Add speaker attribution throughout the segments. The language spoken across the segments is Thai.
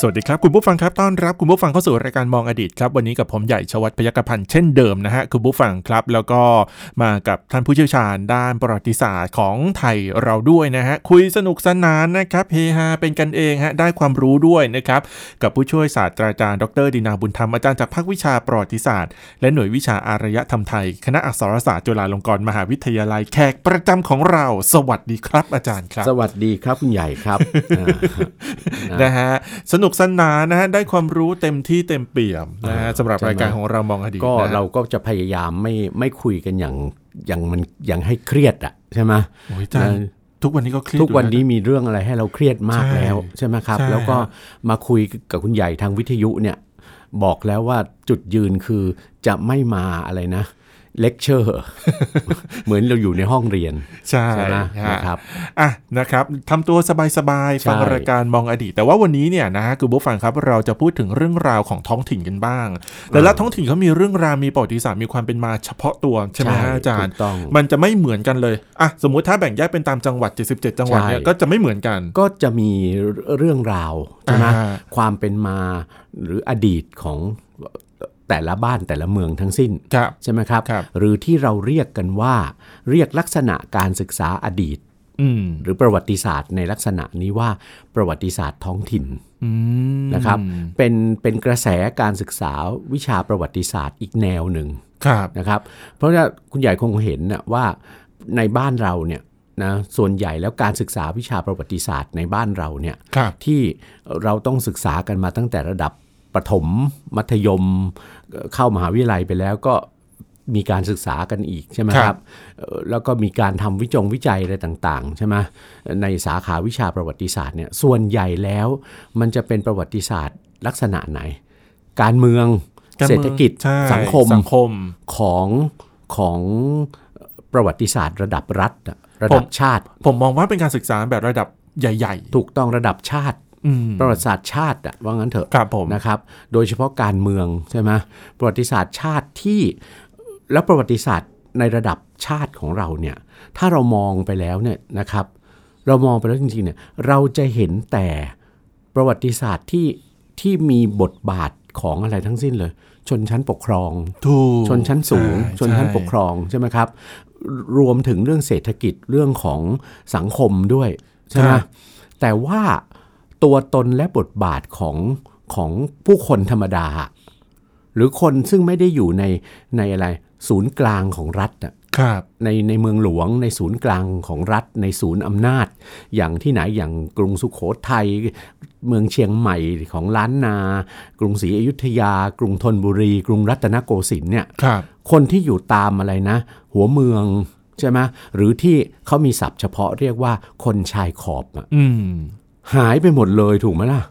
Speaker 1: สวัสดีครับ คุณผู้ฟังครับต้อนรับคุณผู้ฟังเข้าสู่รายการมองอดีตครับวันนี้กับผมใหญ่ชวัฒน์พยัคฆพันธ์เช่นเดิมนะฮะคุณผู้ฟังครับ แล้วก็มากับท่านผู้เชี่ยวชาญด้านประวัติศาสตร์ของไทยเราด้วยนะฮะคุยสนุกสนานนะครับเฮฮาเป็นกันเองฮะได้ความรู้ด้วยนะครับกับผู้ช่วยศาสตราจารย์ดรดินาบุญธรรมอาจารย์จากภาควิชาประวัติศาสตร์ และหน่วยวิชาอารยธรรมไทย คณะอักษรศาสตร์จุฬาลงกรณ์มหาวิทยาลัยแขกประจำของเรา สวัสดีครับอาจารย์ครับ
Speaker 2: สวัสดีครับคุณใหญ่ ครับ อ่า
Speaker 1: นะฮะสนุกสนานนะฮะได้ความรู้เต็มที่เต็มเปี่ยมนะฮะ
Speaker 2: อ่า
Speaker 1: สำหรับ
Speaker 2: ใช่ไหม
Speaker 1: รายการของเรามองอดีต
Speaker 2: ก็
Speaker 1: นะฮะ
Speaker 2: เราก็จะพยายามไม่ไม่คุยกันอย่างอย่างมันอย่างให้เครียดอ่ะใช่ไหม
Speaker 1: โอ้ยอาจารย์
Speaker 2: นะ
Speaker 1: ทุกวันนี้ก็เครียด
Speaker 2: ทุกวัน
Speaker 1: อ
Speaker 2: นี้
Speaker 1: ยู่
Speaker 2: มีเรื่องอะไรให้เราเครียดมาก
Speaker 1: ใช่
Speaker 2: แล้วใช่ไหมครับ
Speaker 1: ใช่
Speaker 2: แล้วก็
Speaker 1: ฮะ
Speaker 2: มาคุยกับคุณใหญ่ทางวิทยุเนี่ย บอกแล้วว่าจุดยืนคือจะไม่มาอะไรนะเลคเชอร์ เหมือนเราอยู่ในห้องเรียน
Speaker 1: นะใช่
Speaker 2: ใช่ไหม
Speaker 1: ฮะ
Speaker 2: นะครับ
Speaker 1: อ่ะนะครับทำตัวสบายๆ
Speaker 2: ใช่
Speaker 1: ฟังรายการมองอดีต แต่ว่าวันนี้เนี่ยนะฮะคุณบุ๊ฟังครับเราจะพูดถึงเรื่องราวของท้องถิ่นกันบ้าง แต่ละท้องถิ่นเขามีเรื่องราวมีประวัติศาสตร์มีความเป็นมาเฉพาะตัวใช่ไหมฮะอาจาร
Speaker 2: ถู
Speaker 1: ย์
Speaker 2: กต้อง
Speaker 1: มันจะไม่เหมือนกันเลยอ่ะสมมุติถ้าแบ่งแยกเป็นตามจังหวัด 77 จังหวัดเนี่ย
Speaker 2: ใช่
Speaker 1: ก็จะไม่เหมือนกัน
Speaker 2: ก็จะมีเรื่องราวใช่ไหม
Speaker 1: อ่าฮะ
Speaker 2: ความเป็นมาหรืออดีตของแต่ละบ้านแต่ละเมืองทั้งสิ้น
Speaker 1: ครับ
Speaker 2: ใช่ไหมครับ
Speaker 1: ครับ
Speaker 2: หรือที่เราเรียกกันว่า เรียกลักษณะการศึกษาอดีต
Speaker 1: อืม
Speaker 2: หรือประวัติศาสตร์ในลักษณะนี้ว่าประวัติศาสตร์ท้องถิ่น
Speaker 1: อืม
Speaker 2: นะครับเป็นเป็นกระแสการศึกษาวิชาประวัติศาสตร์อีกแนวหนึ่ง
Speaker 1: ครับ
Speaker 2: นะครับเพราะว่าคุณใหญ่คงเห็นนะว่าในบ้านเราเนี่ยนะส่วนใหญ่แล้วการศึกษาวิชาประวัติศาสตร์ในบ้านเราเนี่ย
Speaker 1: ครับ
Speaker 2: ที่เราต้องศึกษากันมาตั้งแต่ระดับประถมมัธยมเอ่อเข้ามหาวิทยาลัยไปแล้วก็มีการศึกษากันอีกใช่ไหม
Speaker 1: ค
Speaker 2: ค
Speaker 1: รั
Speaker 2: รั
Speaker 1: บบ
Speaker 2: เอ่อแล้วก็มีการทำวิจงวิจัยอะไรต่างๆใช่ไหมในสาขาวิชาประวัติศาสตร์เนี่ยส่วนใหญ่แล้วมันจะเป็นประวัติศาสตร์ลักษณะไหน การเมือง
Speaker 1: าร
Speaker 2: เศรษฐกิจ
Speaker 1: ใช่
Speaker 2: สังคม
Speaker 1: สังคม
Speaker 2: ของของประวัติศาสตร์ระดับรัฐอะระดั
Speaker 1: ผ
Speaker 2: บ
Speaker 1: ม
Speaker 2: ชาติ
Speaker 1: ผมมองว่าเป็นการศึกษาแบบระดับใหญ่
Speaker 2: ถูกต้องระดับชาติ
Speaker 1: ๆ อืม
Speaker 2: ประวัติศาสตร์ชาติอะว่างั้นเถอะ
Speaker 1: ครับผม
Speaker 2: นะครับ โดยเฉพาะการเมืองใช่ไหมประวัติศาสตร์ชาติที่แล้วประวัติศาสตร์ในระดับชาติของเราเนี่ยถ้าเรามองไปแล้วเนี่ยนะครับ เรามองไปแล้วจริงๆเนี่ยเราจะเห็นแต่ประวัติศาสตร์ที่ที่มีบทบาทของอะไรทั้งสิ้นเลย ชนชั้นปกครอง
Speaker 1: ถูก
Speaker 2: ชนชั้นสูง
Speaker 1: ใ
Speaker 2: ชนชั้นปกครองใช่ไหมครับ รวมถึงเรื่องเศรษฐกิจเรื่องของสังคมด้วยใช่ไหม
Speaker 1: ครับ
Speaker 2: แต่ว่าตัวตนและบทบาทของของผู้คนธรรมดา หรือคนซึ่งไม่ได้อยู่ในในอะไรศูนย์กลางของรัฐน่ะ
Speaker 1: ครับ
Speaker 2: ในในเมืองหลวงในศูนย์กลางของรัฐ ในศูนย์อำนาจ อย่างที่ไหนอย่างกรุงสุขโขทัยเมืองเชียงใหม่ของล้านนา กรุงศรีอยุธยา กรุงธนบุรี กรุงรัตนโกสินทร์เนี่ย
Speaker 1: ครับ
Speaker 2: คนที่อยู่ตามอะไรนะ หัวเมืองใช่ไหมหรือที่เขามีศัพท์เฉพาะเรียกว่าคนชายขอบอะ
Speaker 1: อืม
Speaker 2: หายไปหมดเลยถูกไหมล่ะ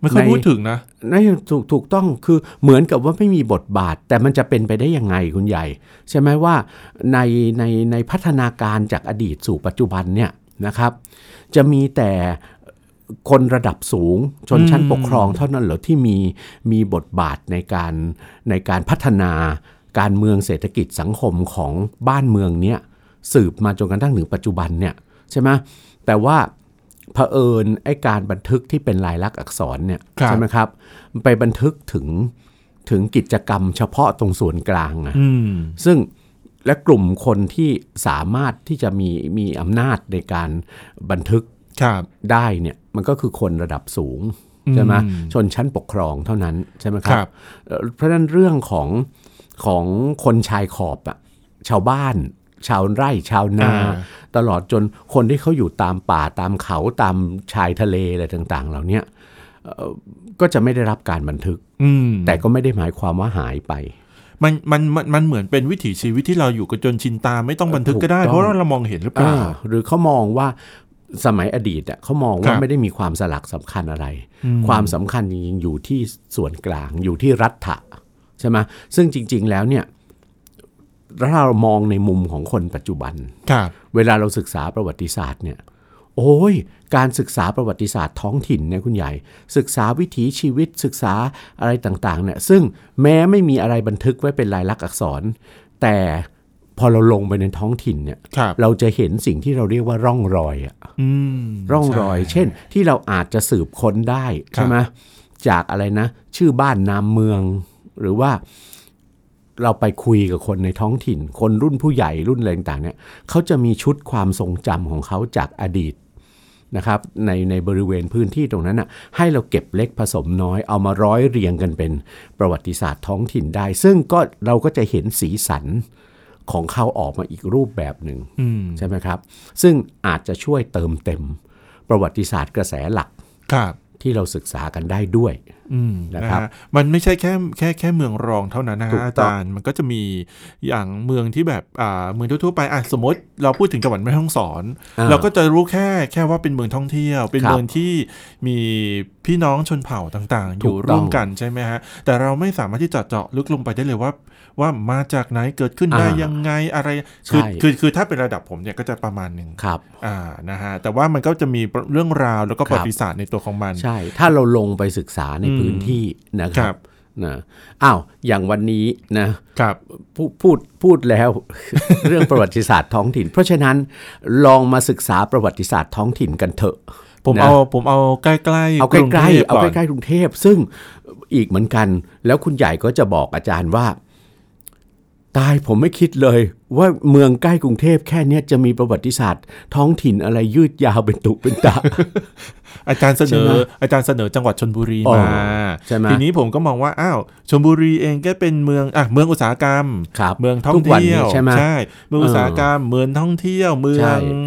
Speaker 1: ไม่ค่อย
Speaker 2: ใน
Speaker 1: พูดถึงนะ
Speaker 2: นั่นถูกถูกต้องคือเหมือนกับว่าไม่มีบทบาท แต่มันจะเป็นไปได้ยังไงคุณใหญ่ ใช่ไหมว่าในในในพัฒนาการจากอดีตสู่ปัจจุบันเนี่ยนะครับ จะมีแต่คนระดับสูงชนชั้น
Speaker 1: อืม
Speaker 2: ปกครองเท่านั้นเหรอที่มีมีบทบาทในการในการพัฒนาการเมืองเศรษฐกิจสังคมของบ้านเมืองเนี้ยสืบมาจนกระทั่งถึงปัจจุบันเนี่ยใช่ไหมแต่ว่าเผอิญไอ้การบันทึกที่เป็นลายลักษณ์อักษรเนี่ย
Speaker 1: ครับ
Speaker 2: ใช่ไหมครับไปบันทึกถึงถึงกิจกรรมเฉพาะตรงส่วนกลางอะ
Speaker 1: อืม
Speaker 2: ซึ่งและกลุ่มคนที่สามารถที่จะมีมีอำนาจในการบันทึก
Speaker 1: ครับ
Speaker 2: ได้เนี่ยมันก็คือคนระดับสูงใช่ไหม
Speaker 1: อืม
Speaker 2: ชนชั้นปกครองเท่านั้นใช่ไหมค
Speaker 1: ครั
Speaker 2: รับบ เอ่อเพราะฉะนั้นเรื่องของของคนชายขอบอะชาวบ้าน ชาวไร่ชาวนา ตลอดจนคนที่เขาอยู่ตามป่าตามเขาตามชายทะเลอะไรต่างๆเหล่าเนี้ยเอ่อก็จะไม่ได้รับการบันทึก
Speaker 1: อืม
Speaker 2: แต่ก็ไม่ได้หมายความว่าหายไป
Speaker 1: มันมันมันมันเหมือนเป็นวิถีชีวิตที่เราอยู่กันจนชินตาไม่ต้องบันทึกก็ได้
Speaker 2: ถูกต้อง
Speaker 1: เพราะเรามองเห็นหรือเปล่า
Speaker 2: อ่าหรือเขามองว่าสมัยอดีตอะเขามอง
Speaker 1: ค
Speaker 2: ว่า
Speaker 1: รับ
Speaker 2: ไม่ได้มีความสลักสำคัญอะไร ความสำคัญจริงๆอยู่ที่ส่วนกลางอยู่ที่รัฐะใช่ไหมซึ่งจริง ๆ แล้วเนี่ย แล้วถ้าเรามองในมุมของคนปัจจุบัน
Speaker 1: ครับ
Speaker 2: เวลาเราศึกษาประวัติศาสตร์เนี่ย โอ้ย การศึกษาประวัติศาสตร์ท้องถิ่นเนี่ยคุณใหญ่ ศึกษาวิถีชีวิตศึกษาอะไรต่างๆเนี่ย ซึ่งแม้ไม่มีอะไรบันทึกไว้เป็นลายลักษณ์อักษร แต่พอเราลงไปในท้องถิ่นเนี่ย
Speaker 1: ครับ
Speaker 2: เราจะเห็นสิ่งที่เราเรียกว่าร่องรอยอะ
Speaker 1: อืม
Speaker 2: ร่องรอย
Speaker 1: ใช่
Speaker 2: เช่น ที่เราอาจจะสืบค้นได้ใช่ไหมจากอะไรนะ ชื่อบ้านนามเมือง หรือว่าเราไปคุยกับคนในท้องถิ่น คนรุ่นผู้ใหญ่รุ่นอะไรต่างๆเนี่ยเขาจะมีชุดความทรงจำของเขาจากอดีตนะครับ ในในบริเวณพื้นที่ตรงนั้นอ่ะให้เราเก็บเล็กผสมน้อยเอามาร้อยเรียงกันเป็นประวัติศาสตร์ท้องถิ่นได้ ซึ่งก็เราก็จะเห็นสีสันของเขาออกมาอีกรูปแบบหนึ่ง
Speaker 1: อืม
Speaker 2: ใช่ไหมครับ ซึ่งอาจจะช่วยเติมเต็ม ประวัติศาสตร์กระแสหลัก
Speaker 1: ครับ
Speaker 2: ที่เราศึกษากันได้ด้วย
Speaker 1: อืม
Speaker 2: นะครับ
Speaker 1: ฮมันไม่ใช่แค่แค่แค่เมืองรองเท่านั้นนะ
Speaker 2: ถู
Speaker 1: ฮะ
Speaker 2: กต้อง
Speaker 1: อาจารย์มันก็จะมีอย่างเมืองที่แบบอ่าเมืองทั่วๆไปอ่ะสมมติเราพูดถึงจังหวัดแม่ฮ่องสอน
Speaker 2: อ่
Speaker 1: เราก็จะรู้แค่แค่ว่าเป็นเมืองท่องเที่ยว เป็น
Speaker 2: ครับ
Speaker 1: เมืองที่มีพี่น้องชนเผ่าต่างๆ อ
Speaker 2: ถู
Speaker 1: ยู่
Speaker 2: กต้อง
Speaker 1: ร่วมกันใช่ไหมฮะ แต่เราไม่สามารถที่จะเจาะลึกลงไปได้เลยว่า ว่ามาจากไหนเกิดขึ้นได้
Speaker 2: อ่ายั
Speaker 1: ยังไงอะไร
Speaker 2: ใช่
Speaker 1: คือคือคือถ้าเป็นระดับผมเนี่ยก็จะประมาณหนึ่ง
Speaker 2: ครับ
Speaker 1: อ่านะฮะแต่ว่ามันก็จะมีเรื่องราวแล้วก็
Speaker 2: ค
Speaker 1: ป
Speaker 2: รับ
Speaker 1: ระวัติศาสตร์ในตัวของมัน
Speaker 2: ใช่ ถ้าเราลงไปศึกษาใน
Speaker 1: อืม
Speaker 2: พื้นที่นะค
Speaker 1: ค
Speaker 2: รั
Speaker 1: รั
Speaker 2: บบ นะอ้าวอย่างวันนี้นะครับ พูพูดพูดแล้ว เรื่องประวัติศาสตร์ท้องถิ่น เพราะฉะนั้นลองมาศึกษาประวัติศาสตร์ท้องถิ่นกันเถอะ
Speaker 1: ผม
Speaker 2: นะ
Speaker 1: เอาผมเอาใกล้ๆ
Speaker 2: เอาใก
Speaker 1: รุง
Speaker 2: ล้
Speaker 1: ทพ
Speaker 2: ๆเอา
Speaker 1: ก่น
Speaker 2: ใกล้ๆกรุงเทพซึ่งอีกเหมือนกัน แล้วคุณใหญ่ก็จะบอกอาจารย์ว่า ตายผมไม่คิดเลย ว่าเมืองใกล้กรุงเทพแค่เนี้ยจะมีประวัติศาสตร์ ท้องถิ่นอะไรยืดยาวเป็นตุเป็น ตะ
Speaker 1: อาจารย์เสนอ
Speaker 2: ใช่ไหม
Speaker 1: อาจารย์เสนอจังหวัดชนบุรี
Speaker 2: อ๋อ
Speaker 1: มา
Speaker 2: ใช่ไหม
Speaker 1: ทีนี้ผมก็มองว่าอ้าวชลบุรีเองก็เป็นเมืองอ่ะเมืองอุตสาหกรรม
Speaker 2: ครับ
Speaker 1: เมืองท่อ
Speaker 2: ทุ
Speaker 1: ง
Speaker 2: กวัน
Speaker 1: เที่
Speaker 2: นี้
Speaker 1: ยว
Speaker 2: ใช่ไหม
Speaker 1: เมืองอุตสาหกรรม เมืองท่องเที่ยวเมือ
Speaker 2: ใช่
Speaker 1: ง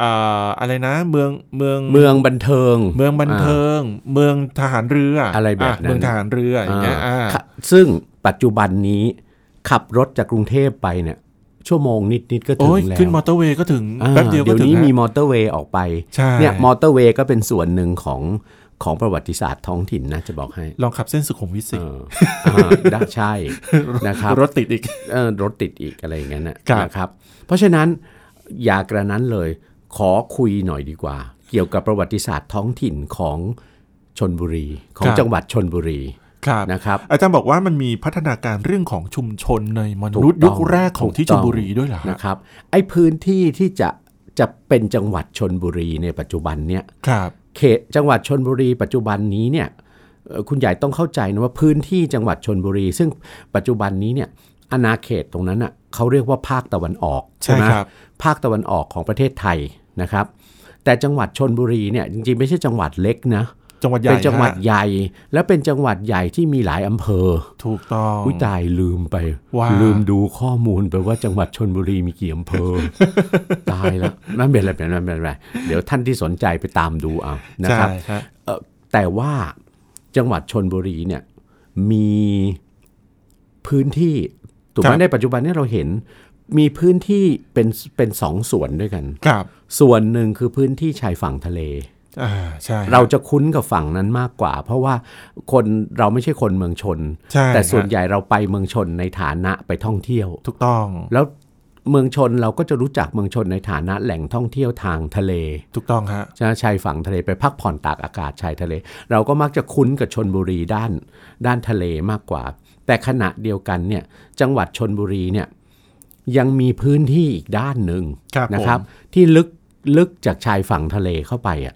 Speaker 1: อ่าอะไรนะ เมืองเมือง
Speaker 2: เมืองบันเทิง
Speaker 1: เมืองบันเทิง เมืองทหารเรืออะไร
Speaker 2: แบบนั้น
Speaker 1: เมืองทหารเรืออย่างเงี้ยอ่า
Speaker 2: ค่ะซึ่งปัจจุบันนี้ขับรถจากกรุงเทพไปเนี่ย ชั่วโมงนิดๆก็ถึง
Speaker 1: โอ้ย
Speaker 2: แล้ว
Speaker 1: ขึ้นมอเตอร์เวย์ก็ถึง
Speaker 2: อ่า
Speaker 1: แป๊บเดียวก็
Speaker 2: เดี๋ยว
Speaker 1: ถึง
Speaker 2: นี้มี
Speaker 1: ฮะ
Speaker 2: มอเตอร์เวย์ออกไป
Speaker 1: ใช่
Speaker 2: เนี่ยมอเตอร์เวย์ก็เป็นส่วนหนึ่งของของประวัติศาสตร์ท้องถิ่นนะจะบอกให้
Speaker 1: ลองขับเส้นสุขุมวิทสิ
Speaker 2: เอออ่าได้ใช่ นะครับ
Speaker 1: รถติดอีก
Speaker 2: เออรถติดอีกอะไรอย่างนั้นนะครับ นะครับ เพราะฉะนั้นอย่ากระนั้นเลยขอคุยหน่อยดีกว่า เกี่ยวกับประวัติศาสตร์ท้องถิ่นของชนบุรี ของจังหวัดชนบุรี
Speaker 1: ครับ
Speaker 2: นะครับ
Speaker 1: อาจารย์บอกว่ามันมีพัฒนาการเรื่องของชุมชนในมนุษย์
Speaker 2: ถู
Speaker 1: ยุ
Speaker 2: กต้
Speaker 1: ค
Speaker 2: อง
Speaker 1: แรกของที่
Speaker 2: ถู
Speaker 1: ชล
Speaker 2: กต้อง
Speaker 1: บุรีด้วยเหรอฮะ
Speaker 2: นะครับ ไอ้พื้นที่ที่จะจะเป็นจังหวัดชนบุรีในปัจจุบันเนี่ย
Speaker 1: ครับ
Speaker 2: เขตจังหวัดชนบุรีปัจจุบันนี้เนี่ยเอ่อคุณใหญ่ต้องเข้าใจนะว่าพื้นที่จังหวัดชนบุรี ซึ่งปัจจุบันนี้เนี่ยอาณาเขตตรงนั้นอ่ะเขาเรียกว่าภาคตะวันออก
Speaker 1: ใช่
Speaker 2: ไหม
Speaker 1: ครับ
Speaker 2: ภาคตะวันออกของประเทศไทยนะครับ แต่จังหวัดชนบุรีเนี่ยจริงๆไม่ใช่จังหวัดเล็กนะ
Speaker 1: จังหวัดใหญ่
Speaker 2: เป็นจังหวัด
Speaker 1: ฮะ
Speaker 2: ใหญ่ และเป็นจังหวัดใหญ่ที่มีหลายอำเภอ
Speaker 1: ถูกต้อง
Speaker 2: อุ้ยตายลืมไป
Speaker 1: ว่า
Speaker 2: ลืมดูข้อมูลไปว่าจังหวัดชนบุรีมีกี่อำเภ อ ตายแล้วนั่นเป็นอะไรเป็นอะไรเป็นอะไรเดี๋ยวท่านที่สนใจไปตามดูเอานะ
Speaker 1: ใช่
Speaker 2: ครับ
Speaker 1: ฮะ
Speaker 2: เอ่อแต่ว่าจังหวัดชนบุรีเนี่ยมีพื้นที่ถูกไหมในปัจจุบันเนี่ยเราเห็นมีพื้นที่เป็นเป็นสองส่วนด้วยกัน
Speaker 1: ครับ
Speaker 2: ส่วนหนึ่งคือพื้นที่ชายฝั่งทะเล
Speaker 1: อ่าใช่
Speaker 2: เราจะคุ้นกับฝั่งนั้นมากกว่า เพราะว่าคนเราไม่ใช่คนเมืองชน
Speaker 1: ใช่
Speaker 2: แต่ส่วนให
Speaker 1: ฮะ
Speaker 2: ญ่เราไปเมืองชนในฐานะไปท่องเที่ยว
Speaker 1: ถูกต้อง
Speaker 2: แล้วเมืองชนเราก็จะรู้จักเมืองชนในฐานะแหล่งท่องเที่ยวทางทะเล
Speaker 1: ถูกต้องฮะ
Speaker 2: ชชายฝั่งทะเลไปพักผ่อนตากอากาศชายทะเล เราก็มักจะคุ้นกับชนบุรีด้าน ด้านทะเลมากกว่า แต่ขณะเดียวกันเนี่ยจังหวัดชนบุรีเนี่ยยังมีพื้นที่อีกด้านหนึ่ง
Speaker 1: ครับผม
Speaker 2: นะครับ ที่ลึกลึกจากชายฝั่งทะเลเข้าไปอ่ะ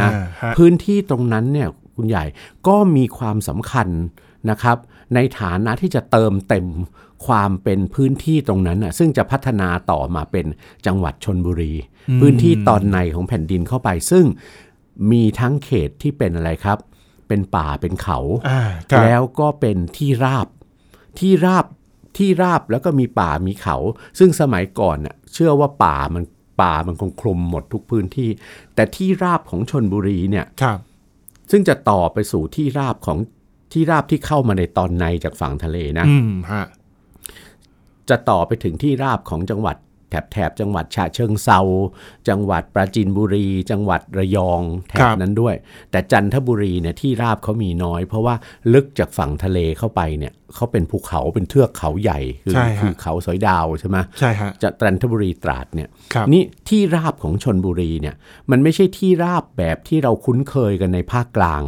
Speaker 2: นะ
Speaker 1: อ่าฮะ
Speaker 2: พื้นที่ตรงนั้นเนี่ยคุณใหญ่ก็มีความสำคัญนะครับ ในฐานะที่จะเติมเต็มความเป็นพื้นที่ตรงนั้นน่ะซึ่งจะพัฒนาต่อมาเป็นจังหวัดชนบุรี พื้นที่ตอนในของแผ่นดินเข้าไป ซึ่งมีทั้งเขตที่เป็นอะไรครับ เป็นป่าเป็นเขา
Speaker 1: อ่าครับ
Speaker 2: แล้วก็เป็นที่ราบที่ราบที่ราบแล้วก็มีป่ามีเขา ซึ่งสมัยก่อนน่ะเชื่อว่าป่ามันป่ามันคงคลุมหมดทุกพื้นที่ แต่ที่ราบของชนบุรีเนี่ย
Speaker 1: ครับ
Speaker 2: ซึ่งจะต่อไปสู่ที่ราบของที่ราบที่เข้ามาในตอนในจากฝั่งทะเลนะ
Speaker 1: อืมฮะ
Speaker 2: จะต่อไปถึงที่ราบของจังหวัด บแถบจังหวัดฉะเชิงเซาจังหวัดปราจีนบุรี จังหวัดระยองแถ
Speaker 1: ครับ บ
Speaker 2: นั้นด้วย แต่จันทบุรีเนี่ยที่ราบเขามีน้อย เพราะว่าลึกจากฝั่งทะเลเข้าไปเนี่ยเขาเป็นภูเขาเป็นเทือกเขาใหญ่คื
Speaker 1: ใช่ฮะ
Speaker 2: คือเขาสอยดาวใช่ไหม
Speaker 1: ใช่ฮะ
Speaker 2: จากจันทบุรีตราดเนี่ย
Speaker 1: ครับ
Speaker 2: นี่ที่ราบของชนบุรีเนี่ยมันไม่ใช่ที่ราบแบบที่เราคุ้นเคยกันในภาคกลาง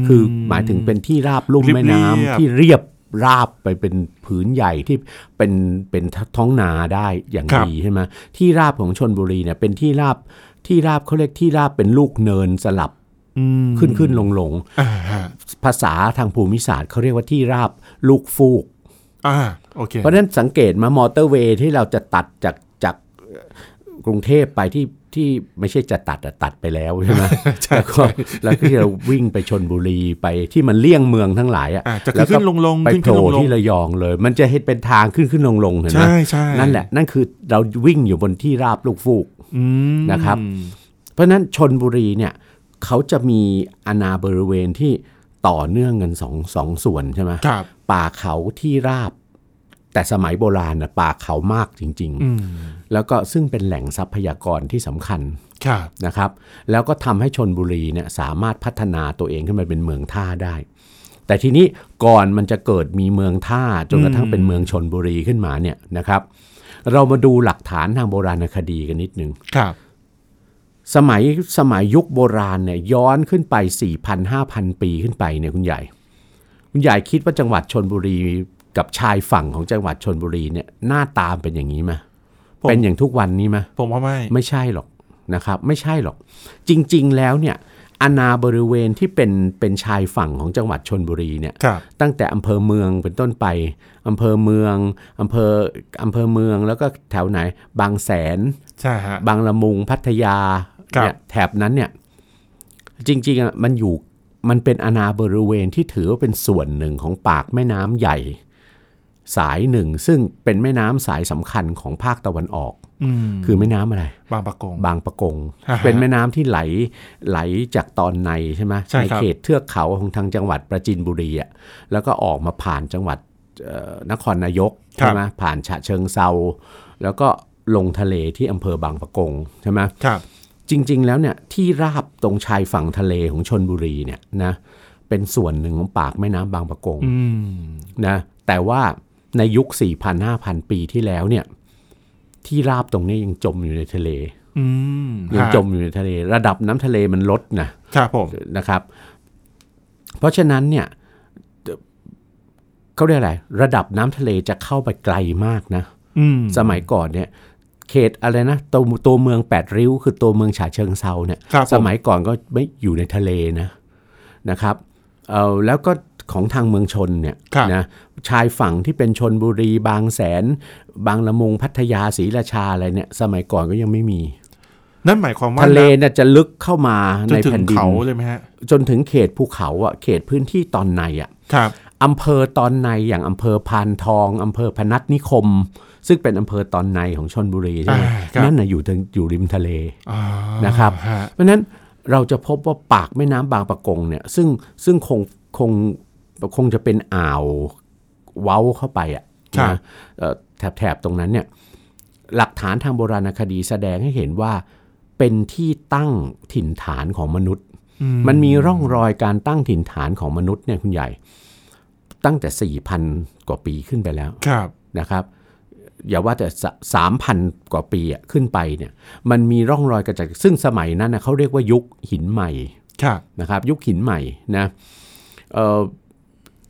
Speaker 1: ม
Speaker 2: คือหมายถึงเป็นที่ราบลุ่ม
Speaker 1: เรียบๆ
Speaker 2: แม่น้ำที่เรียบราบไปเป็นผืนใหญ่ที่เป็นเป็นท้องนาได้อย่างดีใช่ไหมที่ราบของชนบุรีเนี่ยเป็นที่ราบที่ราบเขาเรียกที่ราบเป็นลูกเนินสลับ
Speaker 1: อืม
Speaker 2: ขึ้นขึ้นลงลง
Speaker 1: อ่าฮะ
Speaker 2: ภาษาทางภูมิศาสตร์เขาเรียกว่าที่ราบลูกฟูก
Speaker 1: อ่าโอเค
Speaker 2: เพราะฉะนั้นสังเกตมามอเตอร์เวย์ที่เราจะตัดจากจากเอ่อกรุงเทพไปที่ที่ไม่ใช่จะตัดอะตัดไปแล้วใช่ไหม
Speaker 1: ใช่
Speaker 2: แล้วก็แล้วก็ที่เราวิ่งไปชนบุรีไปที่มันเลี่ยงเมืองทั้งหลายอ่ะ
Speaker 1: อ่ะจะขึ้น
Speaker 2: แวก็
Speaker 1: ขึ้นลงลง
Speaker 2: ไป
Speaker 1: ขึ้น
Speaker 2: โผ
Speaker 1: ขึ้นล
Speaker 2: ล่
Speaker 1: งลง
Speaker 2: ที่ระยองเลย มันจะเห็นเป็นทางขึ้นขึ้นลงลงเห็นไหม
Speaker 1: ใช่ใช่
Speaker 2: นั่นแหละนั่นคือเราวิ่งอยู่บนที่ราบลูกฟูก
Speaker 1: อืม
Speaker 2: นะครับ เพราะฉะนั้นชนบุรีเนี่ยเขาจะมีอาณาบริเวณที่ต่อเนื่องกันสองสองส่วนใช่ไหม
Speaker 1: ครับ
Speaker 2: ป่าเขาที่ราบ แต่สมัยโบราณนะป่าเขามากจริง
Speaker 1: อืม
Speaker 2: ๆ แล้วก็ซึ่งเป็นแหล่งทรัพยากรที่สำคัญ
Speaker 1: ครับ
Speaker 2: นะครับ แล้วก็ทำให้ชนบุรีเนี่ยสามารถพัฒนาตัวเองขึ้นมาเป็นเมืองท่าได้ แต่ทีนี้ก่อนมันจะเกิดมีเมืองท่าจนกระทั่งเป็นเมืองชนบุรีขึ้นมาเนี่ยนะครับ เรามาดูหลักฐานทางโบราณคดีกันนิดนึง
Speaker 1: ครับ
Speaker 2: สมัยสมัยยุคโบราณเนี่ยย้อนขึ้นไป 4,000-5,000 ปีขึ้นไปเนี่ยคุณใหญ่ คุณใหญ่คิดว่าจังหวัดชนบุรีกับชายฝั่งของจังหวัดชนบุรีเนี่ยหน้าตามเป็นอย่างนี้ไหม
Speaker 1: ผม
Speaker 2: เป็นอย่างทุกวันนี้ไหม
Speaker 1: ผมว่าไม่
Speaker 2: ไม่ใช่หรอกนะครับ ไม่ใช่หรอก จริงๆแล้วเนี่ยอาณาบริเวณที่เป็นเป็นชายฝั่งของจังหวัดชนบุรีเนี่ย
Speaker 1: ครับ
Speaker 2: ตั้งแต่อำเภอเมืองเป็นต้นไปอำเภอเมืองอำเภออำเภอเมืองแล้วก็แถวไหน บางแสน
Speaker 1: ใช่ฮะ
Speaker 2: บางละมุงพัทยา
Speaker 1: ครับ
Speaker 2: เนี่ยแถบนั้นเนี่ยจริงๆอะมันอยู่มันเป็นอาณาบริเวณที่ถือว่าเป็นส่วนหนึ่งของปากแม่น้ำใหญ่ สายหนึ่ง ซึ่งเป็นแม่น้ำสายสำคัญของภาคตะวันออก
Speaker 1: อืม
Speaker 2: คือแม่น้ำอะไร
Speaker 1: บางประกง
Speaker 2: บางปะกง
Speaker 1: อ่าฮะ
Speaker 2: เป็นแม่น้ำที่ไหลไหลจากตอนในใช่ไหม
Speaker 1: ใช่ครับ
Speaker 2: เขตเทือกเขาของทางจังหวัดประจินบุรีอ่ะแล้วก็ออกมาผ่านจังหวัดเอ่อนครนายกใช่ไหมผ่านฉะเชิงเซาแล้วก็ลงทะเลที่อำเภอบางปะกงใช่ไหม
Speaker 1: ครับ
Speaker 2: จริง ๆ แล้วเนี่ยที่ราบตรงชายฝั่งทะเลของชนบุรีเนี่ยนะเป็นส่วนหนึ่งของปากแม่น้ำบางปะกง
Speaker 1: อืม
Speaker 2: นะแต่ว่าในยุค 4,000-5,000 ปีที่แล้วเนี่ยที่ราบตรงนี้ยังจมอยู่ในทะเล
Speaker 1: อืม
Speaker 2: ยัง
Speaker 1: ฮะ
Speaker 2: จมอยู่ในทะเล ระดับน้ำทะเลมันลดนะครับ
Speaker 1: ผม
Speaker 2: นะครับ เพราะฉะนั้นเนี่ยเอ่อเขาเรียกอะไร ระดับน้ำทะเลจะเข้าไปไกลมากนะ
Speaker 1: อืม
Speaker 2: สมัยก่อนเนี่ยเขตอะไรนะตัวตัวเมืองแปดริ้ว คือตัวเมืองฉะเชิงเซาเนี่ย
Speaker 1: ครับผม
Speaker 2: สมัยก่อนก็ไม่อยู่ในทะเลนะนะครับเออแล้วก็ของทางเมืองชนเนี่ย
Speaker 1: ครับ
Speaker 2: นะชายฝั่งที่เป็นชนบุรี บางแสน บางละมุงพัทยาศรีราชาอะไรเนี่ยสมัยก่อนก็ยังไม่มี
Speaker 1: นั่นหมายความว่า
Speaker 2: ทะเลเนี่ยจะลึกเข้ามา
Speaker 1: จ
Speaker 2: ใน
Speaker 1: นถึ
Speaker 2: แผ่
Speaker 1: ง
Speaker 2: นดิน
Speaker 1: เขาเลยไหมฮะ
Speaker 2: จนถึงเขตภูเขาอ่ะเขตพื้นที่ตอนในอ่ะ
Speaker 1: ครับ
Speaker 2: อำเภอตอนในอย่างอำเภอพานทองอำเภอพนัสนิคม ซึ่งเป็นอำเภอตอนในของชนบุรีใช่ไหม
Speaker 1: อ่าครับ
Speaker 2: นั่นน่ะอยู่ทางอยู่ริมทะเล
Speaker 1: อ๋อ
Speaker 2: นะครับ
Speaker 1: ฮะ
Speaker 2: เพราะฉะนั้นเราจะพบว่าปากแม่น้ำบางปะกงเนี่ยซึ่งซึ่งคงคงคงจะเป็นอ่าวเว้าเข้าไปอะ
Speaker 1: ครับ
Speaker 2: นะเอ่อแถบแถบตรงนั้นเนี่ยหลักฐานทางโบราณคดีแสดงให้เห็นว่าเป็นที่ตั้งถิ่นฐานของมนุษย์
Speaker 1: อื
Speaker 2: มันมีร่องรอยการตั้งถิ่นฐานของมนุษย์เนี่ยคุณใหญ่ ตั้งแต่ 4,000 กว่าปีขึ้นไปแล้ว
Speaker 1: ครับ
Speaker 2: นะครับ อย่าว่าแต่สะ3,000 กว่าปีอะขึ้นไปเนี่ยมันมีร่องรอยกระจัดซึ่งสมัยนั้นนะเขาเรียกว่ายุคหินใหม่
Speaker 1: ครับ
Speaker 2: นะครับ ยุคหินใหม่นะเอ่อ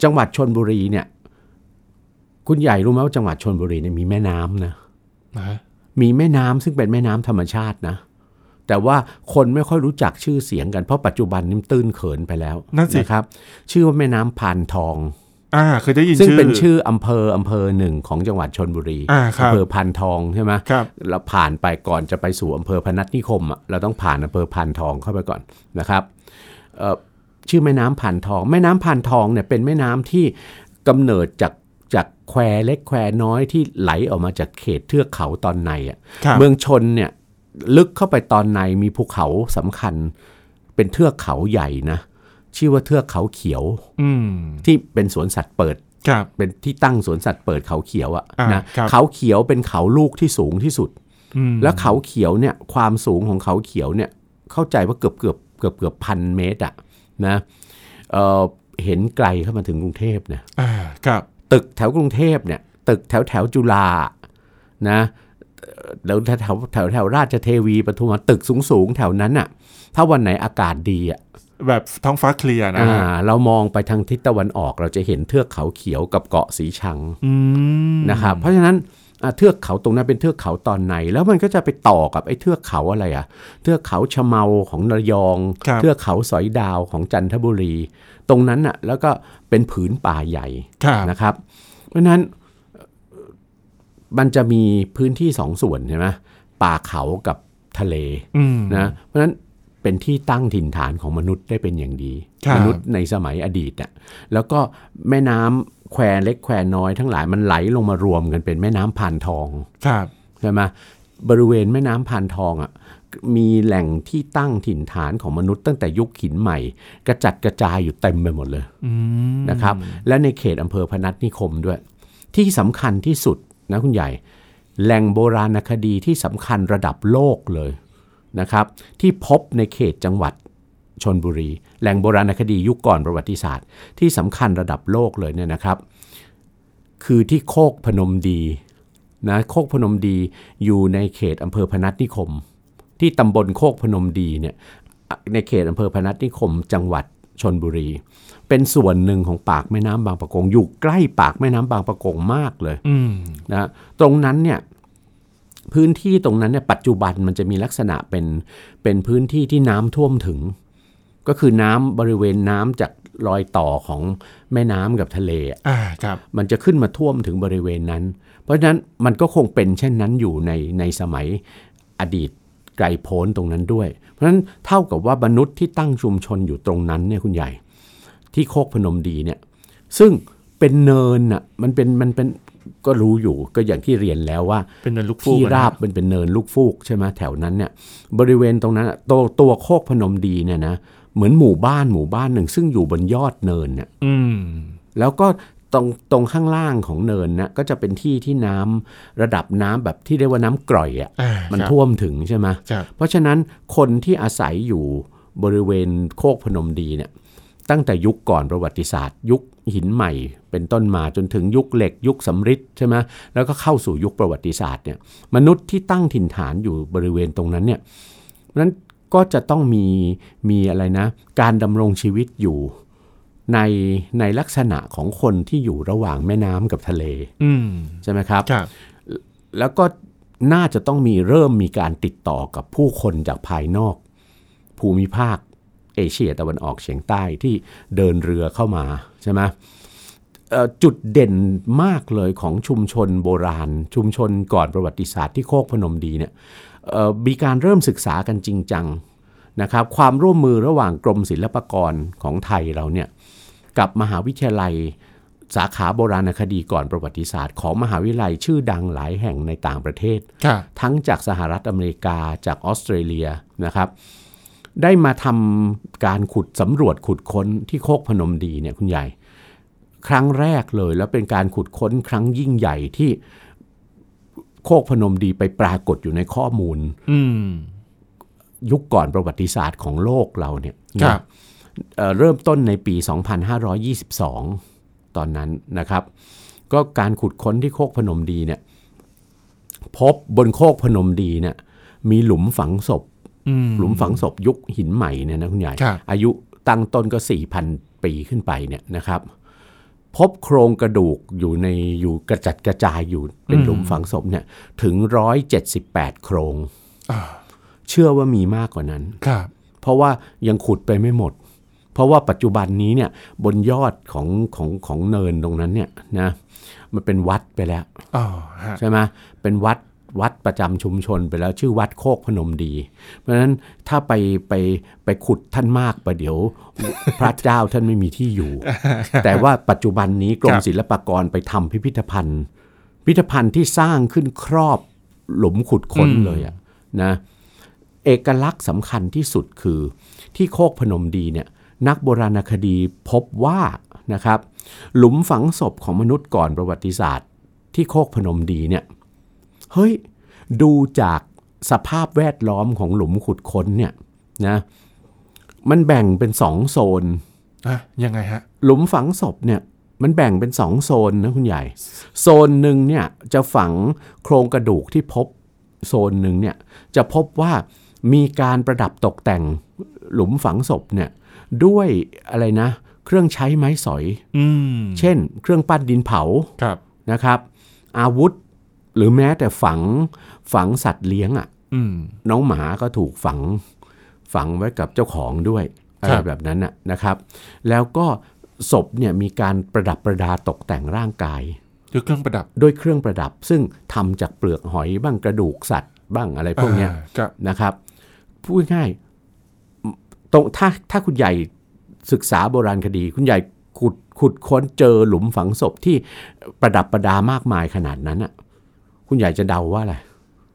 Speaker 2: จังหวัดชนบุรีเนี่ยคุณใหญ่รู้ไหมว่าจังหวัดชนบุรีเนี่ยมีแม่น้ำนะ
Speaker 1: นะ
Speaker 2: มีแม่น้ำซึ่งเป็นแม่น้ำธรรมชาตินะ แต่ว่าคนไม่ค่อยรู้จักชื่อเสียงกันเพราะปัจจุบันนี่มันตื้นเขินไปแล้ว
Speaker 1: นั่นสิ
Speaker 2: ครับ ชื่อว่าแม่น้ำพานทอง
Speaker 1: อ่า เคยได้ยิน
Speaker 2: ซึ่ง
Speaker 1: ชื่อ
Speaker 2: เป็นชื่ออำเภออำเภอหนึ่งของจังหวัดชนบุรี
Speaker 1: อ่าครับ
Speaker 2: อำเภอพานทองใช่ไหม
Speaker 1: ครับ
Speaker 2: เราผ่านไปก่อนจะไปสู่อำเภอพนัสนิคมอะเราต้องผ่านอำเภอพานทองเข้าไปก่อนนะครับเอ่อชื่อแม่น้ำพานทอง แม่น้ำพานทองเนี่ยเป็นแม่น้ำที่กำเนิดจากจากแควเล็กแควน้อยที่ไหลออกมาจากเขตเทือกเขาตอนในอะ
Speaker 1: ครับ
Speaker 2: เมืองชนเนี่ยลึกเข้าไปตอนในมีภูเขาสำคัญ เป็นเทือกเขาใหญ่นะ ชื่อว่าเทือกเขาเขียว
Speaker 1: อืม
Speaker 2: ที่เป็นสวนสัตว์เปิด
Speaker 1: ครับ
Speaker 2: เป็นที่ตั้งสวนสัตว์เปิดเขาเขียวอะ
Speaker 1: อ่า
Speaker 2: นะครับ เขาเขียวเป็นเขาลูกที่สูงที่สุด
Speaker 1: อืม
Speaker 2: แล้วเขาเขียวเนี่ยความสูงของเขาเขียวเนี่ยเข้าใจว่าเกือบเกือบเกือบเกือบพันเมตรอะนะเอ่อเห็นไกลเข้ามาถึงกรุงเทพนะ
Speaker 1: อ่าครับ
Speaker 2: ตึกแถวกรุงเทพเนี่ยตึกแถวแถวจุฬานะเอ่อแล้วแถวแถวแถวราชเทวีปทุมวันตึกสูงสูงๆแถวนั้นอะถ้าวันไหนอากาศดีอะ
Speaker 1: แบบท้องฟ้าเคลียร์นะ
Speaker 2: อ่า
Speaker 1: ฮะ
Speaker 2: เรามองไปทางทิศตะวันออกเราจะเห็นเทือกเขาเขียวกับเกาะสีชัง
Speaker 1: อืม
Speaker 2: นะครับเพราะฉะนั้นอ่าเทือกเขาตรงนั้นเป็นเทือกเขาตอนในแล้วมันก็จะไปต่อกับไอ้เทือกเขาอะไรอะเทือกเขาชะเมาของระยอง
Speaker 1: ครับ
Speaker 2: เทือกเขาสอยดาวของจันทบุรี ตรงนั้นน่ะแล้วก็เป็นผืนป่าใหญ่
Speaker 1: ครับ
Speaker 2: นะครับ เพราะฉะนั้นเอ่อมันจะมีพื้นที่สองส่วนใช่ไหมป่าเขากับทะเล
Speaker 1: อืม
Speaker 2: นะเพราะฉะนั้นเป็นที่ตั้งถิ่นฐานของมนุษย์ได้เป็นอย่างดี
Speaker 1: ครับ
Speaker 2: มนุษย์ในสมัยอดีตน่ะแล้วก็แม่น้ำแควเล็กแควน้อยทั้งหลายมันไหลลงมารวมกันเป็นแม่น้ำพานทอง
Speaker 1: ครับ
Speaker 2: ใช่ไหมบริเวณแม่น้ำพานทองอ่ะมีแหล่งที่ตั้งถิ่นฐานของมนุษย์ตั้งแต่ยุคหินใหม่ กระจัดกระจายอยู่เต็มไปหมดเลย
Speaker 1: อืม
Speaker 2: นะครับ และในเขตอำเภอพนัสนิคมด้วย ที่สำคัญที่สุดนะคุณใหญ่ แหล่งโบราณคดีที่สำคัญระดับโลกเลยนะครับ ที่พบในเขตจังหวัดชนบุรี แหล่งโบราณคดียุคก่อนประวัติศาสตร์ ที่สำคัญระดับโลกเลยเนี่ยนะครับ คือที่โคกพนมดีนะโคกพนมดีอยู่ในเขตอำเภอพนัสนิคม ที่ตำบลโคกพนมดีเนี่ยในเขตอำเภอพนัสนิคม จังหวัดชนบุรี เป็นส่วนหนึ่งของปากแม่น้ำบางปะกง อยู่ใกล้ปากแม่น้ำบางปะกงมากเลย
Speaker 1: อืม
Speaker 2: นะตรงนั้นเนี่ยพื้นที่ตรงนั้นเนี่ยปัจจุบันมันจะมีลักษณะเป็นเป็นพื้นที่ที่น้ำท่วมถึง ก็คือน้ำบริเวณน้ำจากรอยต่อของแม่น้ำกับทะเลอะ
Speaker 1: อ่าครับ
Speaker 2: มันจะขึ้นมาท่วมถึงบริเวณนั้น เพราะฉะนั้นมันก็คงเป็นเช่นนั้นอยู่ในในสมัยอดีตไกลโพ้นตรงนั้นด้วย เพราะฉะนั้นเท่ากับว่ามนุษย์ที่ตั้งชุมชนอยู่ตรงนั้นเนี่ยคุณใหญ่ ที่โคกพนมดีเนี่ย ซึ่งเป็นเนินน่ะมันเป็นมันเป็นก็รู้อยู่ก็อย่างที่เรียนแล้วว่า
Speaker 1: เป็นเนินลูกฟูก
Speaker 2: ที่
Speaker 1: อะนะ
Speaker 2: ราบมันเป็นเนินลูกฟูกใช่ไหมแถวนั้นเนี่ยบริเวณตรงนั้นอะตัวตัวโคกพนมดีเนี่ยนะเหมือนหมู่บ้านหมู่บ้านหนึ่ง ซึ่งอยู่บนยอดเนินเนี่ย
Speaker 1: อืม
Speaker 2: แล้วก็ตรงตรงข้างล่างของเนินนะก็จะเป็นที่ที่น้ำระดับน้ำแบบที่เรียกว่าน้ำกร่อยอะ่ะ
Speaker 1: อ่า
Speaker 2: มัน
Speaker 1: ครับ
Speaker 2: ท่วมถึงใช่ไหม
Speaker 1: ครับ
Speaker 2: เพราะฉะนั้นคนที่อาศัยอยู่บริเวณโคกพนมดีเนี่ยตั้งแต่ยุคก่อนประวัติศาสตร์ ยุคหินใหม่ เป็นต้นมาจนถึงยุคเหล็ก ยุคสำริดใช่ไหมแล้วก็เข้าสู่ยุคประวัติศาสตร์เนี่ยมนุษย์ที่ตั้งถิ่นฐานอยู่บริเวณตรงนั้นเนี่ยเพราะฉะนั้นก็จะต้องมีมีอะไรนะ การดำรงชีวิตอยู่ในในลักษณะของคนที่อยู่ระหว่างแม่น้ำกับทะเล
Speaker 1: อืม
Speaker 2: ใช่ไหมครับ
Speaker 1: ครับ
Speaker 2: แล้วก็น่าจะต้องมีเริ่มมีการติดต่อกับผู้คนจากภายนอก ภูมิภาคเอเชียตะวันออกเฉียงใต้ที่เดินเรือเข้ามาใช่ไหมเอ่อจุดเด่นมากเลยของชุมชนโบราณ ชุมชนก่อนประวัติศาสตร์ที่โคกพนมดีเนี่ยเอ่อมีการเริ่มศึกษากันจริงจังนะครับความร่วมมือระหว่างกรมศิลปากรของไทยเราเนี่ยกับมหาวิทยาลัย สาขาโบราณคดีก่อนประวัติศาสตร์ของมหาวิทยาลัยชื่อดังหลายแห่งในต่างประเทศ
Speaker 1: ครับ
Speaker 2: ทั้งจากสหรัฐอเมริกาจากออสเตรเลียนะครับ ได้มาทำการขุดสำรวจขุดค้นที่โคกพนมดีเนี่ยคุณใหญ่ ครั้งแรกเลยแล้วเป็นการขุดค้นครั้งยิ่งใหญ่ที่โคกพนมดีไปปรากฏอยู่ในข้อมูล
Speaker 1: อืม
Speaker 2: ยุคก่อนประวัติศาสตร์ของโลกเราเนี่ย
Speaker 1: ครับ
Speaker 2: เอ่อเริ่มต้นในปี 2522 ตอนนั้นนะครับ ก็การขุดค้นที่โคกพนมดีเนี่ยพบบนโคกพนมดีเนี่ยมีหลุมฝังศพ
Speaker 1: อืม
Speaker 2: หลุมฝังศพยุคหินใหม่เนี่ยนะคุณใหญ่
Speaker 1: ครับ
Speaker 2: อายุตั้งต้นก็ 4,000 ปีขึ้นไปเนี่ยนะครับ พบโครงกระดูกอยู่ในอยู่กระจัดกระจายอยู่เป็นหลุมฝังศพเนี่ยถึง 178 โครง
Speaker 1: อ่า
Speaker 2: เชื่อว่ามีมากกว่านั้น
Speaker 1: ครับ
Speaker 2: เพราะว่ายังขุดไปไม่หมด เพราะว่าปัจจุบันนี้เนี่ยบนยอดของของของเนินตรงนั้นเนี่ยนะมันเป็นวัดไปแล้ว
Speaker 1: อ๋อฮะ
Speaker 2: ใช่ไหมเป็นวัดวัดประจำชุมชนไปแล้วชื่อวัดโคกพนมดี เพราะฉะนั้นถ้าไปไปไปขุดท่านมากประเดี๋ยว พระเจ้าท่านไม่มีที่อยู่ แต่ว่าปัจจุบันนี้กรมศิลปากรไปทำพิพิธภัณฑ์ พิพิธภัณฑ์ที่สร้างขึ้นครอบหลุมขุดค้นเลยอะนะเอกลักษณ์สำคัญที่สุดคือที่โคกพนมดีเนี่ยนักโบราณคดีพบว่านะครับ หลุมฝังศพของมนุษย์ก่อนประวัติศาสตร์ ที่โคกพนมดีเนี่ยเฮ้ยดูจากสภาพแวดล้อมของหลุมขุดค้นเนี่ยนะมันแบ่งเป็นสองโซน
Speaker 1: อ่ะยังไงฮะ
Speaker 2: หลุมฝังศพเนี่ยมันแบ่งเป็นสองโซนนะคุณใหญ่ โซนหนึ่งเนี่ยจะฝังโครงกระดูกที่พบโซนหนึ่งเนี่ยจะพบว่ามีการประดับตกแต่งหลุมฝังศพเนี่ยด้วยอะไรนะเครื่องใช้ไม้สอย
Speaker 1: อืม
Speaker 2: เช่น เครื่องปั้นดินเผา
Speaker 1: ครับ
Speaker 2: นะครับอาวุธหรือแม้แต่ฝังฝังสัตว์เลี้ยงอ่ะ
Speaker 1: อืม
Speaker 2: น้องหมาก็ถูกฝังฝังไว้กับเจ้าของด้วยอะไร
Speaker 1: ครับ
Speaker 2: แบบนั้นน่ะนะครับ แล้วก็ศพเนี่ยมีการประดับประดาตกแต่งร่างกาย
Speaker 1: คือเครื่องประดับ
Speaker 2: ด้วยเครื่องประดับ ซึ่งทำจากเปลือกหอยบ้างกระดูกสัตว์บ้างอะไรพวกเนี้ย
Speaker 1: อ่าครับ
Speaker 2: นะครับพูดง่ายๆตรงถ้าถ้าคุณใหญ่ศึกษาโบราณคดี คุณใหญ่ขุดขุดค้นเจอหลุมฝังศพที่ประดับประดามากมายขนาดนั้นอ่ะคุณใหญ่จะเดาว่าอะไร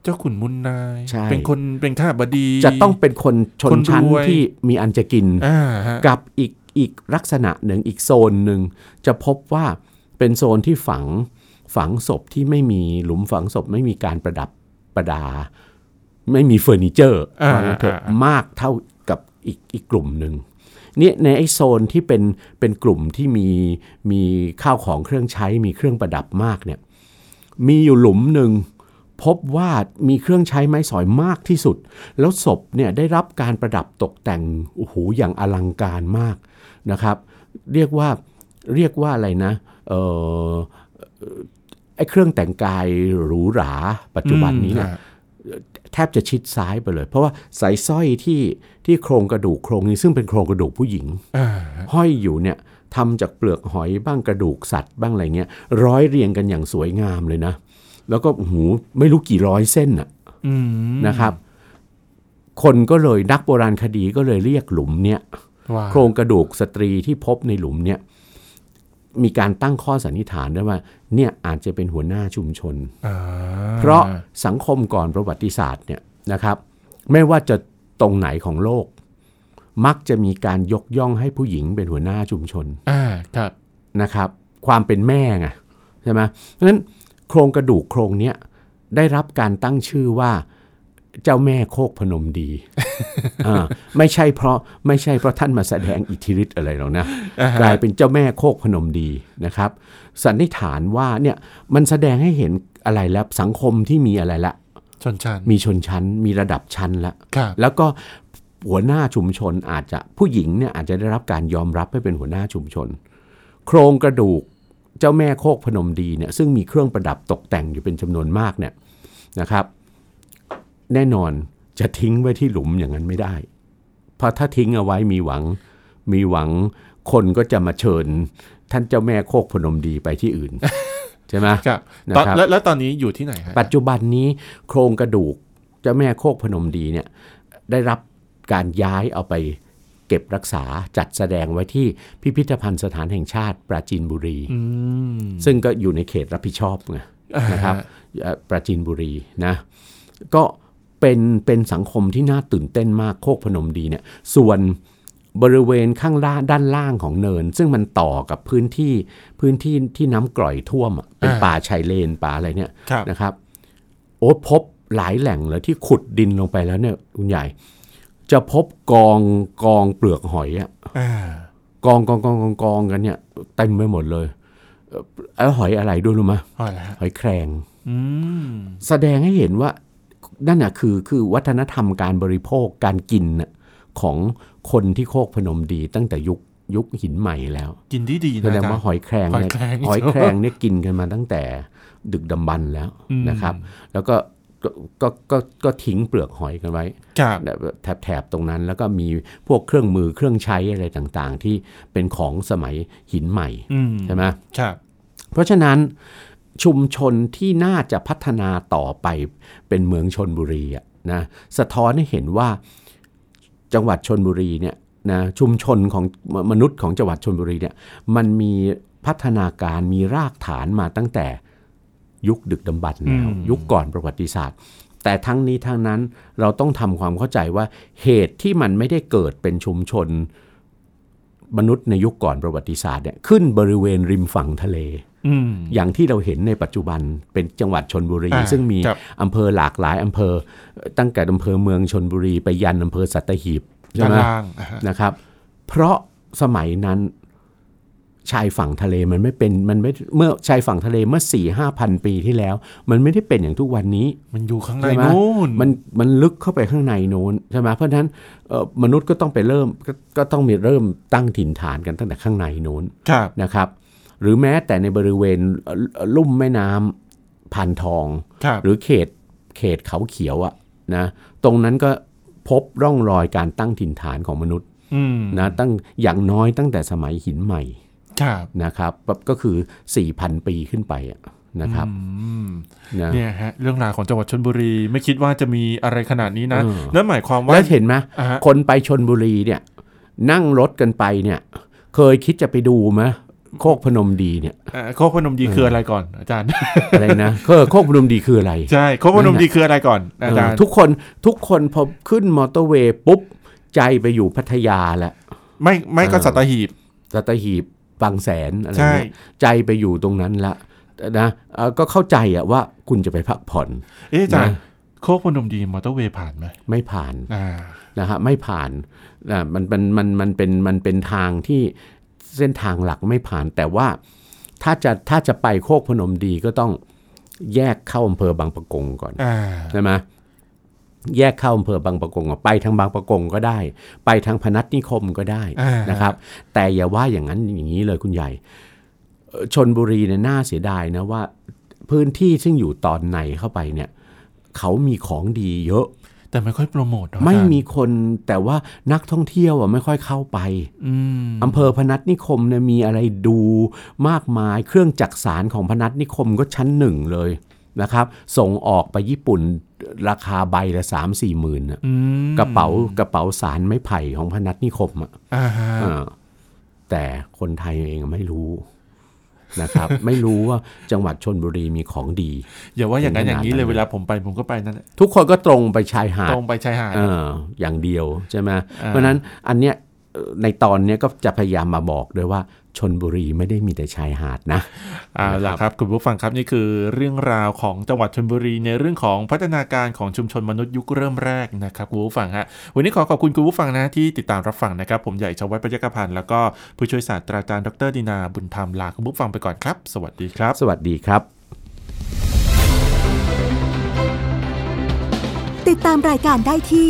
Speaker 1: เจ้าขุนมุนนาย
Speaker 2: ใช่
Speaker 1: เป็นคนเป็นข้าบดี
Speaker 2: จะต้องเป็นคนช
Speaker 1: คน น
Speaker 2: ชั้น
Speaker 1: รวย
Speaker 2: ที่มีอันจะกิน
Speaker 1: อ่าฮะ
Speaker 2: กับอีกอีกลักษณะหนึ่งอีกโซนหนึ่งจะพบว่าเป็นโซนที่ฝังฝังศพที่ไม่มีหลุมฝังศพไม่มีการประดับประดา ไม่มีเฟอร์นิเจอร์
Speaker 1: อ่า
Speaker 2: ว่างั้นเถ
Speaker 1: อ่า
Speaker 2: อะ
Speaker 1: อ่าม
Speaker 2: ากเท่ากับอีกอีกกลุ่มหนึ่งเนี่ยในไอ้โซนที่เป็นเป็นกลุ่มที่มีมีข้าวของเครื่องใช้มีเครื่องประดับมากเนี่ยมีอยู่หลุมหนึ่งพบว่ามีเครื่องใช้ไม้สอยมากที่สุด แล้วศพเนี่ยได้รับการประดับตกแต่งโอ้โหอย่างอลังการมากนะครับ เรียกว่าเรียกว่าอะไรนะเออเอ่อไอ้เครื่องแต่งกายหรูหราปัจจุบันนี้เนี่ย
Speaker 1: อืมฮะ
Speaker 2: แทบจะชิดซ้ายไปเลย เพราะว่าสายสร้อยที่ที่โครงกระดูกโครงนี้ซึ่งเป็นโครงกระดูกผู้หญิง
Speaker 1: อ่า
Speaker 2: ห้อยอยู่เนี่ยทำจากเปลือกหอยบ้างกระดูกสัตว์บ้างอะไรเงี้ยร้อยเรียงกันอย่างสวยงามเลยนะ แล้วก็โอ้โหูไม่รู้กี่ร้อยเส้นน่ะ
Speaker 1: อืม
Speaker 2: นะครับ คนก็เลยนักโบราณคดีก็เลยเรียกหลุมเนี่ย
Speaker 1: ว่า
Speaker 2: โครงกระดูกสตรีที่พบในหลุมเนี่ยมีการตั้งข้อสันนิษฐานได้ว่า เนี่ยอาจจะเป็นหัวหน้าชุมชน
Speaker 1: อ่า
Speaker 2: เพราะสังคมก่อนประวัติศาสตร์เนี่ยนะครับ ไม่ว่าจะตรงไหนของโลก มักจะมีการยกย่องให้ผู้หญิงเป็นหัวหน้าชุมชน
Speaker 1: อ่าครับ
Speaker 2: นะครับ ความเป็นแม่ไงใช่ไหมเพราะฉะนั้นโครงกระดูกโครงเนี้ยได้รับการตั้งชื่อว่าเจ้าแม่โคกพนมดี อ่าไม่ใช่เพราะไม่ใช่เพราะท่านมาแสดงอิทธิฤทธิ์อะไรหรอกนะ
Speaker 1: อ่ฮะ
Speaker 2: กลายเป็นเจ้าแม่โคกพนมดีนะครับ สันนิษฐานว่าเนี่ยมันแสดงให้เห็นอะไรแล้วสังคมที่มีอะไรละ
Speaker 1: ชนชั้น
Speaker 2: มีชนชั้นมีระดับชั้นละ
Speaker 1: ครับ
Speaker 2: แล้วก็หัวหน้าชุมชนอาจจะผู้หญิงเนี่ยอาจจะได้รับการยอมรับให้เป็นหัวหน้าชุมชน โครงกระดูกเจ้าแม่โคกพนมดีเนี่ยซึ่งมีเครื่องประดับตกแต่งอยู่เป็นจำนวนมากเนี่ยนะครับ แน่นอนจะทิ้งไว้ที่หลุมอย่างนั้นไม่ได้ เพราะถ้าทิ้งเอาไว้มีหวังมีหวังคนก็จะมาเชิญ ท่านเจ้าแม่โคกพนมดีไปที่อื่น ใช่ไหม
Speaker 1: ครับ
Speaker 2: นะ
Speaker 1: ตอน
Speaker 2: ครับ
Speaker 1: แล้วแล้วตอนนี้อยู่ที่ไหนฮะ
Speaker 2: ปัจจุบันนี้โครงกระดูกเจ้าแม่โคกพนมดีเนี่ยได้รับการย้ายเอาไปเก็บรักษาจัดแสดงไว้ที่พิพิธภัณฑ์สถานแห่งชาติปราจีนบุรี
Speaker 1: อืม
Speaker 2: ซึ่งก็อยู่ในเขตรับผิดชอบไง
Speaker 1: อ่า
Speaker 2: นะครับ เอ่อปราจีนบุรีนะก็เป็นเป็นสังคมที่น่าตื่นเต้นมากโคกพนมดีเนี่ยส่วนบริเวณข้างล่างด้านล่างของเนิน ซึ่งมันต่อกับพื้นที่พื้นที่ที่น้ำกร่อยท่วมอะเป็นป่าชายเลนป่าอะไรเนี่ย
Speaker 1: ครับ
Speaker 2: นะครับโอ้พบหลายแหล่งเลยที่ขุดดินลงไปแล้วเนี่ยคุณใหญ่ จะพบกองกองเปลือกหอยอะ
Speaker 1: อ่าก
Speaker 2: องกองกองกองกองกันเนี่ยเต็มไปหมดเลยเอ่อแล้วหอยอะไรด้วยรู้ไหมย
Speaker 1: พอาละฮะ
Speaker 2: หอยแครง
Speaker 1: อืม
Speaker 2: แสดงให้เห็นว่านั่นน่ะคือคือวัฒนธรรมการบริโภคการกินน่ะของคนที่โคกพนมดีตั้งแต่ยุคยุคหินใหม่แล้ว
Speaker 1: กินดีดี
Speaker 2: แส
Speaker 1: นะ
Speaker 2: ดง
Speaker 1: จ๊ะ
Speaker 2: ว่าหอยแครงเนี่ย
Speaker 1: ห
Speaker 2: ห
Speaker 1: อ
Speaker 2: อย ย
Speaker 1: แค
Speaker 2: แค
Speaker 1: ร
Speaker 2: รง งเนี่ยกินกันมาตั้งแต่ดึกดำบรรพ์แล้วนะครับ แล้วก็ก็ก็ก็ก็ทิ้งเปลือกหอยกันไว้
Speaker 1: ครับ
Speaker 2: แถบแถบตรงนั้นแล้วก็มีพวกเครื่องมือเครื่องใช้อะไรต่างๆ ที่เป็นของสมัยหินใหม่
Speaker 1: อืม
Speaker 2: ใช่ไหม
Speaker 1: ครับ
Speaker 2: เพราะฉะนั้นชุมชนที่น่าจะพัฒนาต่อไปเป็นเมืองชนบุรีอะนะสะท้อนให้เห็นว่าจังหวัดชนบุรีเนี่ยนะชุมชนของมมนุษย์ของจังหวัดชนบุรีเนี่ยมันมีพัฒนาการมีรากฐานมาตั้งแต่ ยุคดึกดำบรรพ์แล้ว
Speaker 1: อืม
Speaker 2: ยุคก่อนประวัติศาสตร์ แต่ทั้งนี้ทั้งนั้นเราต้องทำความเข้าใจว่าเหตุที่มันไม่ได้เกิดเป็นชุมชน มนุษย์ในยุคก่อนประวัติศาสตร์เนี่ยขึ้นบริเวณริมฝั่งทะเล
Speaker 1: อืม
Speaker 2: อย่างที่เราเห็นในปัจจุบันเป็นจังหวัดชนบุรี
Speaker 1: อ่า
Speaker 2: ซึ่งมี
Speaker 1: ครับ
Speaker 2: อำเภอหลากหลายอำเภอ ตั้งแต่อำเภอเมืองชนบุรีไปยันอำเภอสัตหีบใช่
Speaker 1: ด้าน
Speaker 2: ไหม
Speaker 1: ล่างอ่าฮะ
Speaker 2: นะครับ เพราะสมัยนั้นชายฝั่งทะเลมันไม่เป็นมันไม่เมื่อชายฝั่งทะเลเมื่อ4ี่ห้าพันปีที่แล้ว มันไม่ได้เป็นอย่างทุกวันนี้
Speaker 1: มันอยู่ข้างใน
Speaker 2: ใช่ไหม
Speaker 1: นู่น
Speaker 2: มันมันลึกเข้าไปข้างในโน้นใช่ไหมเพราะฉะนั้นเอ่อมนุษย์ก็ต้องไปเริ่มกก็ต้องมีเริ่มตั้งถิ่นฐานกันตั้งแต่ข้างในโน้น
Speaker 1: ครับ
Speaker 2: นะครับ หรือแม้แต่ในบริเวณเอ่อลุ่มแม่น้ำผ่านทอง
Speaker 1: ครับ
Speaker 2: หรือเขตเขตเขาเขียวอะนะตรงนั้นก็พบร่องรอยการตั้งถิ่นฐานของมนุษย์
Speaker 1: อืม
Speaker 2: นะตั้งอย่างน้อยตั้งแต่สมัยหินใหม่
Speaker 1: ครับ
Speaker 2: นะครับปั๊บก็คือ 4,000 ปีขึ้นไปอะนะครับ
Speaker 1: อืม
Speaker 2: นะ
Speaker 1: เนี่ยฮะ เรื่องราวของจังหวัดชนบุรีไม่คิดว่าจะมีอะไรขนาดนี้นะ
Speaker 2: เออ
Speaker 1: นั่นหมายความว่า
Speaker 2: แล้วเห็นไหม
Speaker 1: อ่าฮะ
Speaker 2: คนไปชนบุรีเนี่ย นั่งรถกันไปเนี่ย เคยคิดจะไปดูไหมโคกพนมดีเนี่ย
Speaker 1: เอ่อโคกพนมดีคืออะไรก่อนอาจารย์
Speaker 2: อะไรนะ เออโคกพนมดีคืออะไร
Speaker 1: ใช่โคกพนมดีคืออะไรก่อนอาจารย์
Speaker 2: เออทุกคนทุกคนพอขึ้นมอเตอร์เวย์ปุ๊บ ใจไปอยู่พัทยาแล้ว
Speaker 1: ไม่ไม่ก็สัตหีบ
Speaker 2: สัตหีบบางแสนอะไร
Speaker 1: ใช่
Speaker 2: เงี้ยใจไปอยู่ตรงนั้นละนะเอ่อก็เข้าใจอะว่าคุณจะไปพักผ่อน
Speaker 1: เอ๊ะอาจารย์โคกพนมดีมอเตอร์เวย์ผ่านไหม
Speaker 2: ไม่ผ่าน
Speaker 1: อ่า
Speaker 2: นะฮะไม่ผ่านอ่ามันมันมันมันเป็นมันเป็นทางที่เส้นทางหลักไม่ผ่านแต่ว่าถ้าจะถ้าจะไปโคกพนมดีก็ต้องแยกเข้าอำเภอบางปะกงก่อน
Speaker 1: อ่า
Speaker 2: ใช่ไหมแยกเข้าอำเภอบางปะกงอ่ะไปทางบางปะกงก็ได้ ไปทางพนัสนิคมก็ได้
Speaker 1: อ่าน
Speaker 2: นะครับ แต่อย่าว่าอย่างนั้นอย่างนี้เลยคุณใหญ่เอ่อชนบุรีเนี่ยน่าเสียดายนะว่า พื้นที่ซึ่งอยู่ตอนในเข้าไปเนี่ย เขามีของดีเยอะ
Speaker 1: แต่ไม่ค่อยโปรโมทเนอะอาจารย์
Speaker 2: ไม่มีคนแต่ว่านักท่องเที่ยวอ่ะไม่ค่อยเข้าไป
Speaker 1: อืม
Speaker 2: อำเภอพนัสนิคมเนี่ยมีอะไรดูมากมายเครื่องจักสารของพนัสนิคมก็ชั้นหนึ่งเลยนะครับ ส่งออกไปญี่ปุ่นราคาใบละสามสี่หมื่นน่ะ
Speaker 1: อืม
Speaker 2: กระเป๋ากระเป๋าสารไม้ไผ่ของพนัสนิคมอ่ะ
Speaker 1: อ่าฮะ
Speaker 2: เออแต่คนไทยเองไม่รู้นะครับ ไม่รู้ว่าจังหวัดชนบุรีมีของดี
Speaker 1: อย่าว่าอย่างนั้น
Speaker 2: ถึ
Speaker 1: อง
Speaker 2: ขนาด
Speaker 1: ย่างนี้เลย
Speaker 2: นั้น
Speaker 1: เวลาผมไปผมก็ไปนั่นแหละ
Speaker 2: ทุกคนก็ตรงไปชายหาด
Speaker 1: ตรงไปชายหาด
Speaker 2: เอออย่างเดียวใช่ไหม
Speaker 1: อ่า
Speaker 2: เพราะฉะนั้นอันเนี้ยเอ่อในตอนเนี้ยก็จะพยายามมาบอกด้วยว่าชนบุรีไม่ได้มีแต่ชายหาดนะ
Speaker 1: เอาล่ะครับคุณผู้ฟังครับนี่คือเรื่องราวของจังหวัดชนบุรี ในเรื่องของพัฒนาการของชุมชนมนุษย์ยุคเริ่มแรกนะครับคุณผู้ฟังฮะวันนี้ขอขอบคุณคุณผู้ฟังนะที่ติดตามรับฟังนะครับ ผมใหญ่ชวัฒน์ประยักพันธ์แล้วก็ผู้ช่วยศาสตราจารย์ดรดินาบุญธรรมลาคุณผู้ฟังไปก่อนครับ สวัสดีครับ
Speaker 2: สวัสดีครับ
Speaker 3: ติดตามรายการได้ที่